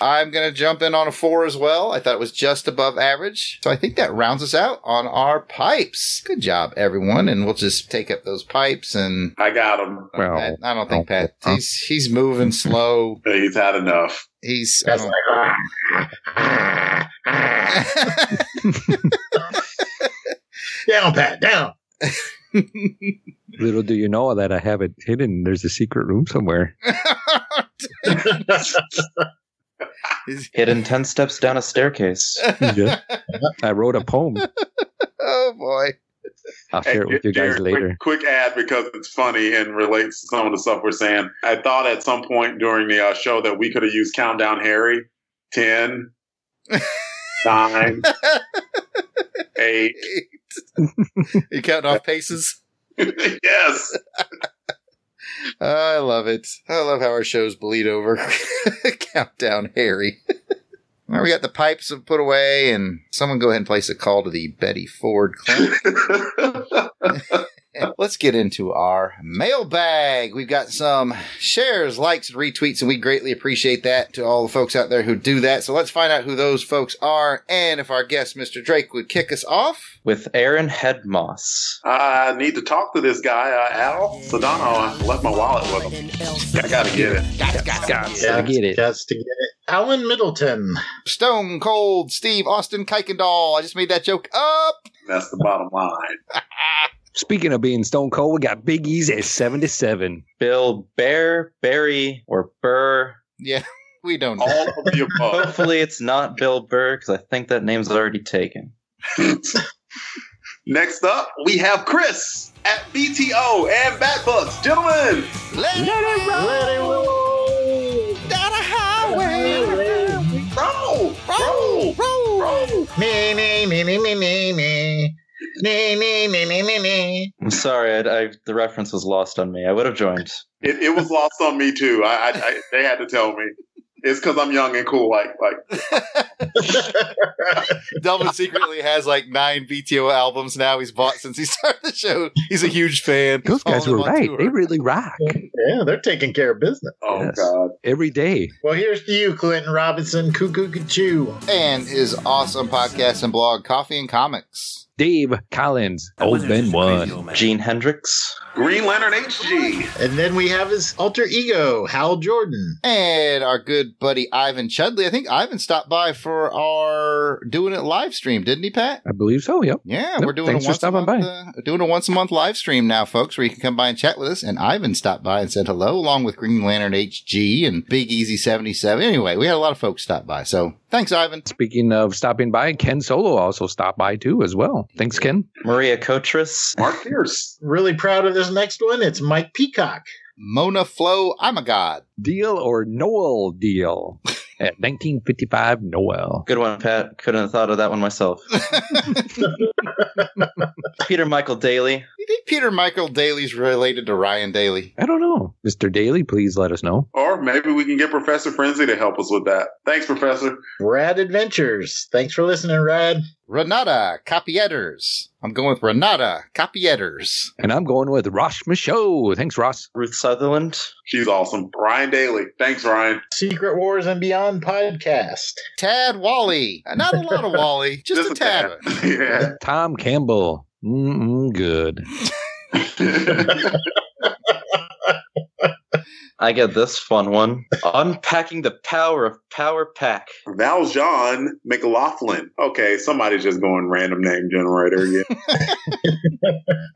Speaker 2: I'm going to jump in on a four as well. I thought it was just above average. So I think that rounds us out on our pipes. Good job, everyone. And we'll just take up those pipes and. uh,
Speaker 4: I got him.
Speaker 3: Well,
Speaker 2: Pat, I don't think
Speaker 3: well,
Speaker 2: Pat. He's he's moving slow.
Speaker 4: He's had enough.
Speaker 2: He's I
Speaker 5: That's "Ah,
Speaker 2: don't-
Speaker 5: down, Pat, down.
Speaker 3: Little do you know that I have it hidden. There's a secret room somewhere.
Speaker 2: He's-
Speaker 6: Hidden 10 steps down a staircase.
Speaker 3: Yeah. I wrote a poem.
Speaker 2: oh boy.
Speaker 3: I'll share it with you guys
Speaker 4: Jared,
Speaker 3: later.
Speaker 4: Quick, quick ad because it's funny and relates to some of the stuff we're saying. I thought at some point during the uh, show that we could have used Countdown Harry 10, 9, 8.
Speaker 2: You counting off paces?
Speaker 4: yes.
Speaker 2: I love it. I love how our shows bleed over. Countdown Harry. Now we got the pipes put away, and someone go ahead and place a call to the Betty Ford Clinic. Let's get into our mailbag. We've got some shares, likes, and retweets, and we greatly appreciate that to all the folks out there who do that. So let's find out who those folks are and if our guest, Mr. Drake, would kick us off.
Speaker 6: with Aaron Headmoss.
Speaker 4: I need to talk to this guy, uh, Al Sedano. I left my wallet with him. I got to get it.
Speaker 3: I get it.
Speaker 5: That's to get it. Alan Middleton.
Speaker 2: Stone Cold Steve Austin Kuykendall. I just made that joke up.
Speaker 4: That's the bottom line.
Speaker 3: Speaking of being stone cold, we got Big E's at 77.
Speaker 6: Bill Bear, Barry, or Burr.
Speaker 2: Yeah, we don't know.
Speaker 4: All of the above.
Speaker 6: Hopefully it's not Bill Burr because I think that name's already taken.
Speaker 4: Next up, we have Chris at BTO and Bat Bucks. Gentlemen,
Speaker 2: Let it roll. Down a highway.
Speaker 4: roll,
Speaker 2: Roll,
Speaker 4: roll,
Speaker 2: roll,
Speaker 4: roll.
Speaker 5: Me, me, me, me, me, me, me. Me, me, me, me, me, me.
Speaker 6: I'm sorry, I, I, the reference was lost on me. I would have joined.
Speaker 4: It, it was lost on me too. I, I, I they had to tell me. It's because I'm young and cool. Like like
Speaker 2: Delvin secretly has like nine BTO albums now he's bought since he started the show. He's a huge fan.
Speaker 3: Those guys
Speaker 2: Following
Speaker 3: were
Speaker 2: him on
Speaker 3: right.
Speaker 2: tour.
Speaker 3: They really rock
Speaker 5: Yeah, they're taking care of business.
Speaker 4: oh
Speaker 3: Yes.
Speaker 4: god.
Speaker 3: every day.
Speaker 5: Well, here's to you, Clinton Robinson, Cuckoo Cuckoo.
Speaker 2: and his awesome podcast and blog, Coffee and Comics.
Speaker 3: Dave Collins, Old Ben One.
Speaker 6: Gene Hendricks.
Speaker 4: Green Lantern HG.
Speaker 5: And then we have his alter ego, Hal Jordan.
Speaker 2: And our good buddy Ivan Chudley. I think Ivan stopped by for our doing it live stream, didn't he, Pat?
Speaker 3: I believe so. Yep.
Speaker 2: Yeah,
Speaker 3: Yep,
Speaker 2: we're doing
Speaker 3: thanks
Speaker 2: a
Speaker 3: for
Speaker 2: once a
Speaker 3: stopping
Speaker 2: month, uh, doing a once a month live stream now, folks, where you can come by and chat with us. And Ivan stopped by and said hello, along with Green Lantern HG and Big Easy seventy seven. Anyway, we had a lot of folks stop by, so thanks, Ivan.
Speaker 3: Speaking of stopping by, Ken Solo also stopped by too as well. Thanks, Ken.
Speaker 6: Maria Kotris.
Speaker 4: Mark Pierce.
Speaker 5: Really proud of this next one. It's Mike Peacock.
Speaker 2: Mona Flo, I'm a god.
Speaker 3: Deal or Noel deal at 1955 Noel.
Speaker 6: Good one, Pat. Couldn't have thought of that one myself. Peter Michael Daly.
Speaker 2: You think Peter Michael Daly's related to Ryan Daly?
Speaker 3: I don't know. Mr. Daly, please let us know.
Speaker 4: Or maybe we can get Professor Frenzy to help us with that. Thanks, Professor.
Speaker 5: Rad Adventures. Thanks for listening, Rad.
Speaker 2: Renata Copyetters. I'm going with Renata Copyetters.
Speaker 3: And I'm going with Rosh Michaud. Thanks, Ross.
Speaker 6: Ruth Sutherland.
Speaker 4: She's awesome. Ryan Daly. Thanks, Ryan.
Speaker 5: Secret Wars and Beyond podcast.
Speaker 2: Tad Wally. Uh, Not a lot of Wally, just, a tad.
Speaker 4: tad.
Speaker 3: Tom Campbell. Mm-mm, good.
Speaker 4: yeah.
Speaker 6: I get this fun one. Unpacking the power of Power Pack.
Speaker 4: Valjean McLaughlin. Okay, somebody's just going random name generator again.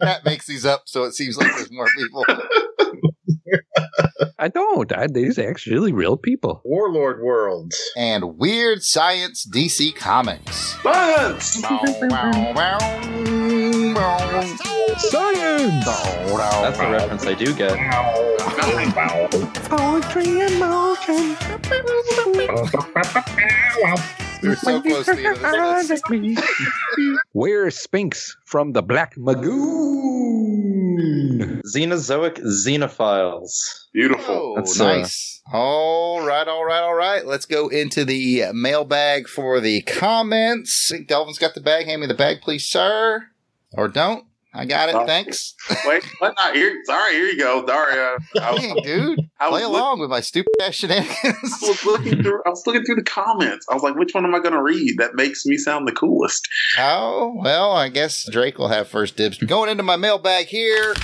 Speaker 2: Pat makes these up, so it seems like there's more people.
Speaker 3: I don't. I, these are actually real people.
Speaker 5: Warlord Worlds.
Speaker 2: And Weird Science DC Comics.
Speaker 4: Buns!
Speaker 3: Science!
Speaker 6: That's a reference I do get.
Speaker 7: Poetry in motion.
Speaker 2: We were so close to the end of this list.
Speaker 3: Where is Sphinx from the Black Magoon?
Speaker 6: Xenozoic Xenophiles.
Speaker 4: Beautiful.
Speaker 2: Oh,
Speaker 6: That's, uh,
Speaker 2: nice. all right, all right, all right. Let's go into the mailbag for the comments. I think Delvin's got the bag. Hand me the bag, please, sir. Or don't. I got it.
Speaker 4: Oh.
Speaker 2: Thanks.
Speaker 4: Wait, what? Not here. Sorry, here you go. Sorry. Uh, I was,
Speaker 2: Dang, dude.
Speaker 4: I
Speaker 2: Play
Speaker 4: was look-
Speaker 2: along with my stupid ass
Speaker 4: I
Speaker 2: shenanigans.
Speaker 4: was looking through. I was looking through the comments. I was like, "Which one am I going to read that makes me sound the coolest?"
Speaker 2: oh, well, I guess Drake will have first dibs. Going into my mailbag here.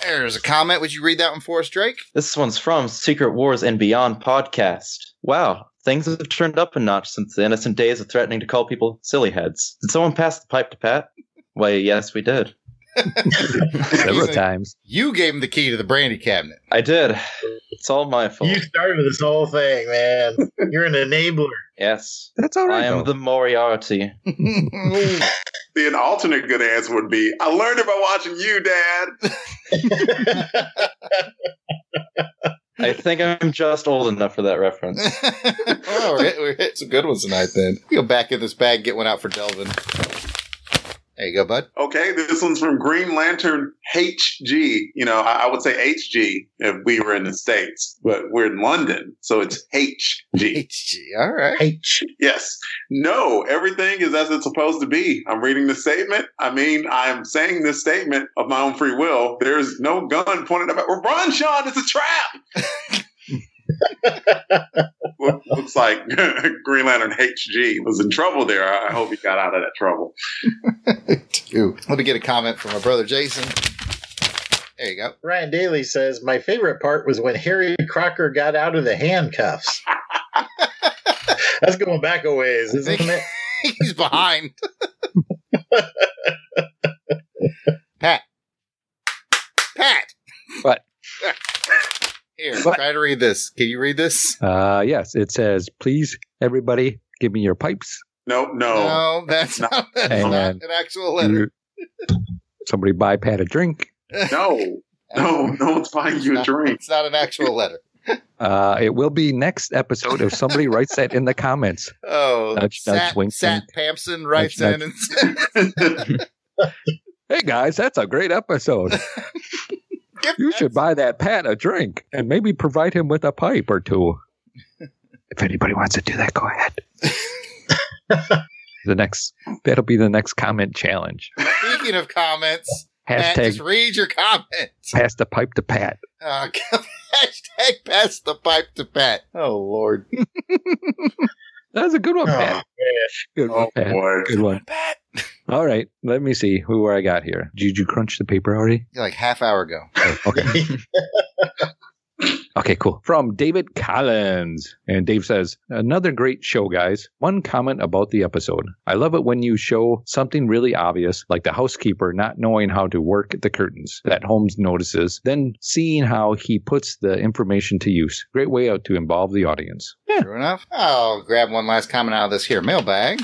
Speaker 2: There's a comment. Would you read that one for us, Drake?
Speaker 6: This one's from Secret Wars and Beyond podcast. Wow, things have turned up a notch since the innocent days of threatening to call people silly heads. Did someone pass the pipe to Pat? Why, yes, we did.
Speaker 3: Several
Speaker 2: You-
Speaker 3: times.
Speaker 2: You gave him the key to the brandy cabinet.
Speaker 6: I did. It's all my fault.
Speaker 5: You started this whole thing, man. You're an enabler.
Speaker 6: yes.
Speaker 3: That's all right.
Speaker 6: I am
Speaker 3: though.
Speaker 6: the Moriarty.
Speaker 4: See, an alternate good answer would be, "I learned it by watching you, Dad."
Speaker 6: I think I'm just old enough for that reference.
Speaker 2: well, we're hit, we're hit some good ones tonight. Then go back in this bag, get one out for Delvin. There you go, bud.
Speaker 4: Okay, this one's from Green Lantern HG. You know, I, I would say HG if we were in the States, but we're in London, so it's HG.
Speaker 2: Gee, All right.
Speaker 5: H.
Speaker 4: yes. No, everything is as it's supposed to be. I'm reading the statement. I mean, I'm saying this statement of my own free will. There's no gun pointed at me. Run, Sean, it's a trap. Look- Looks like Green Lantern HG was in trouble there. I I hope he got out of that trouble.
Speaker 2: Ooh, let me get a comment from my brother Jason. There you go.
Speaker 5: Ryan Daly says, My favorite part was when Harry Crocker got out of the handcuffs. That's going back a ways, isn't it?
Speaker 2: He's behind. Pat. Pat.
Speaker 3: What?
Speaker 2: Here,
Speaker 3: What?
Speaker 2: try to read this. Can you read this?
Speaker 3: Uh, yes, it says, please, everybody, give me your pipes.
Speaker 4: Nope, no.
Speaker 2: No, that's
Speaker 4: No.
Speaker 2: not, that's
Speaker 3: Hey,
Speaker 2: not
Speaker 3: man.
Speaker 2: an actual letter.
Speaker 3: Somebody buy Pat a drink.
Speaker 4: No. No, no one's buying you a drink.
Speaker 2: It's not an actual letter.
Speaker 3: Uh, it will be next episode if somebody writes that in the comments.
Speaker 2: Oh,
Speaker 3: Nudge, nudge,
Speaker 2: Sat,
Speaker 3: wink,
Speaker 2: Sat Pampson writes
Speaker 3: Nudge,
Speaker 2: in and says,
Speaker 3: Hey guys, that's a great episode.
Speaker 2: Give
Speaker 3: You
Speaker 2: that-
Speaker 3: should buy that Pat a drink and maybe provide him with a pipe or two. If anybody wants to do that, go ahead. the next that'll be the next comment challenge.
Speaker 2: Speaking of comments, Pat,
Speaker 3: Hashtag
Speaker 2: just read your comment.
Speaker 3: pass the pipe to Pat.
Speaker 2: Uh, hashtag pass the pipe to Pat. Oh, Lord.
Speaker 3: That was a good one,
Speaker 5: Oh,
Speaker 3: Pat. Good one,
Speaker 4: Oh
Speaker 3: Pat.
Speaker 4: boy.
Speaker 3: Good one.
Speaker 2: Pat.
Speaker 3: All right, let me see who I got here. Did you crunch the paper already?
Speaker 2: Like half hour ago.
Speaker 3: Oh, okay. okay, cool. From David Collins. And Dave says, Another great show, guys. One comment about the episode. I love it when you show something really obvious, like the housekeeper not knowing how to work the curtains that Holmes notices, then seeing how he puts the information to use. Great way out to involve the audience. Yeah.
Speaker 2: True enough. I'll grab one last comment out of this here mailbag.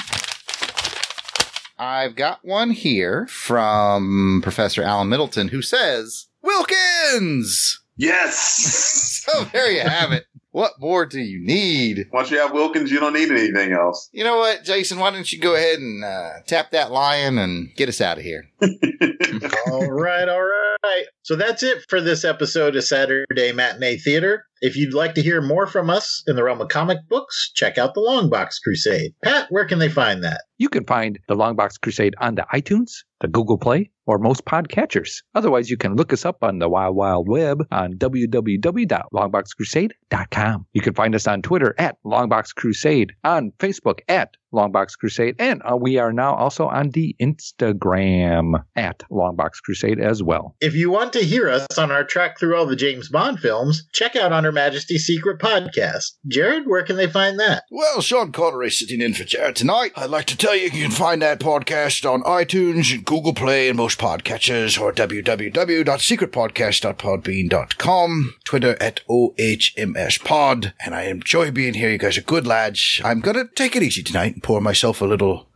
Speaker 2: I've got one here from Professor Alan Middleton who says, Wilkins!
Speaker 4: Yes.
Speaker 2: So there you have it. What more do you need?
Speaker 4: Once you have Wilkins, you don't need anything else.
Speaker 2: You know what, Jason? Why don't you go ahead and uh, tap that lion and get us out of here?
Speaker 5: Oh, all right, all right. So that's it for this episode of Saturday Matinee Theater. If you'd like to hear more from us in the realm of comic books, check out the Long Box Crusade. Pat, where can they find that?
Speaker 3: You can find the Long Box Crusade on the iTunes, the Google Play, or most podcatchers. Otherwise, you can look us up on the Wild Wild Web on www.longboxcrusade.com. You can find us on Twitter at Longbox Crusade, on Facebook at Longbox Crusade, and uh, we are now also on the Instagram at Longbox Crusade as well.
Speaker 5: If you want to hear us on our track through all the James Bond films, check out On Her Majesty's Secret Podcast. Jared, where can they find that?
Speaker 8: Well, Sean Connery sitting in for Jared tonight. I'd like to tell you you can find that podcast on iTunes, and Google Play, and most podcatchers, or www.secretpodcast.podbean.com, Twitter at OHMSPod. And I enjoy being here. You guys are good lads. I'm going to take it easy tonight and pour myself a little,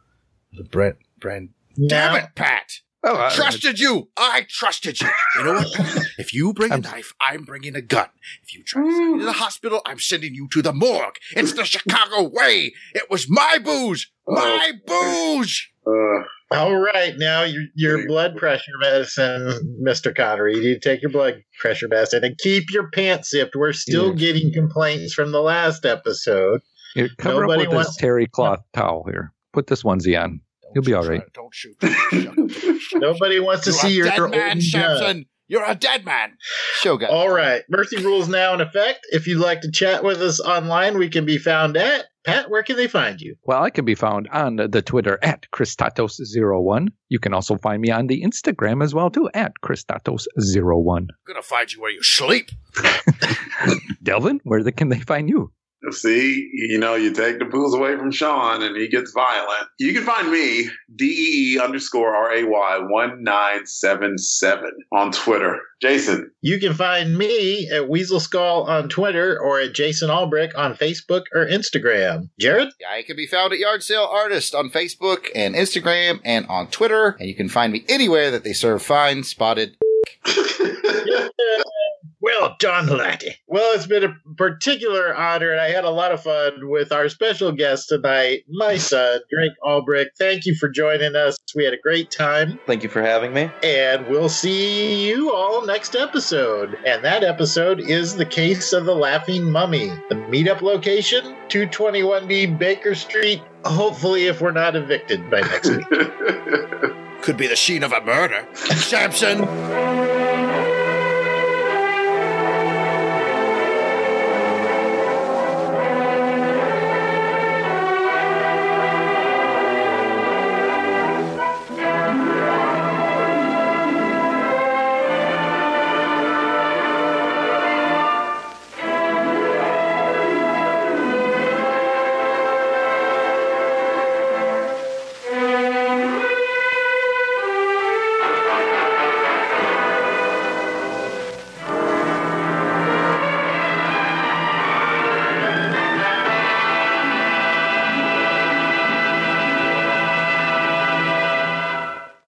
Speaker 8: little brand, brand. Damn it, Pat!
Speaker 3: Well, uh,
Speaker 8: Trusted you! I trusted you! You know what? Pat? If you bring a knife, I'm bringing a gun. If you try to send me to the hospital, I'm sending you to the morgue. It's the Chicago way! It was my booze! My booze!
Speaker 4: Uh,
Speaker 5: All right, now your, your blood pressure medicine, Mr. Connery. You need to take your blood pressure medicine and keep your pants zipped. We're still
Speaker 3: Yeah.
Speaker 5: getting complaints from the last episode.
Speaker 3: here, cover up
Speaker 5: Nobody
Speaker 3: with this
Speaker 5: wants-
Speaker 3: terry cloth towel here. Put this onesie on. You'll be all right.
Speaker 8: Don't shoot. Don't shoot.
Speaker 5: Nobody wants to
Speaker 8: You're
Speaker 5: see
Speaker 8: a
Speaker 5: your
Speaker 8: dead
Speaker 5: old
Speaker 8: man,
Speaker 5: gun.
Speaker 8: Samson. You're a dead man.
Speaker 2: Show
Speaker 8: Oh,
Speaker 2: guy.
Speaker 5: All right. Mercy rules now in effect. If you'd like to chat with us online, we can be found at Pat, where can they find you?
Speaker 3: Well, I can be found on the Twitter at Christatos01. You can also find me on the Instagram as well, too, at Christatos01.
Speaker 8: I'm gonna find you where you sleep.
Speaker 3: Delvin, where the, can they find you?
Speaker 4: See, you know, you take the booze away from Sean and he gets violent. You can find me, DEE underscore RAY 1977 on Twitter. Jason,
Speaker 5: You can find me at Weasel Skull on Twitter or at Jason Albrick on Facebook or Instagram. Jared?
Speaker 2: I can be found at Yard Sale Artist on Facebook and Instagram and on Twitter. And you can find me anywhere that they serve fine, spotted.
Speaker 5: Well done, laddie. Well, it's been a particular honor, and I had a lot of fun with our special guest tonight, my son, Drake Albrick. Thank you for joining us. We had a great time.
Speaker 6: Thank you for having me.
Speaker 5: And we'll see you all next episode. And that episode is The Case of the Laughing Mummy. The meetup location, 221B Baker Street. Hopefully, if we're not evicted by next week.
Speaker 8: Could be the scene of a murder. Samson,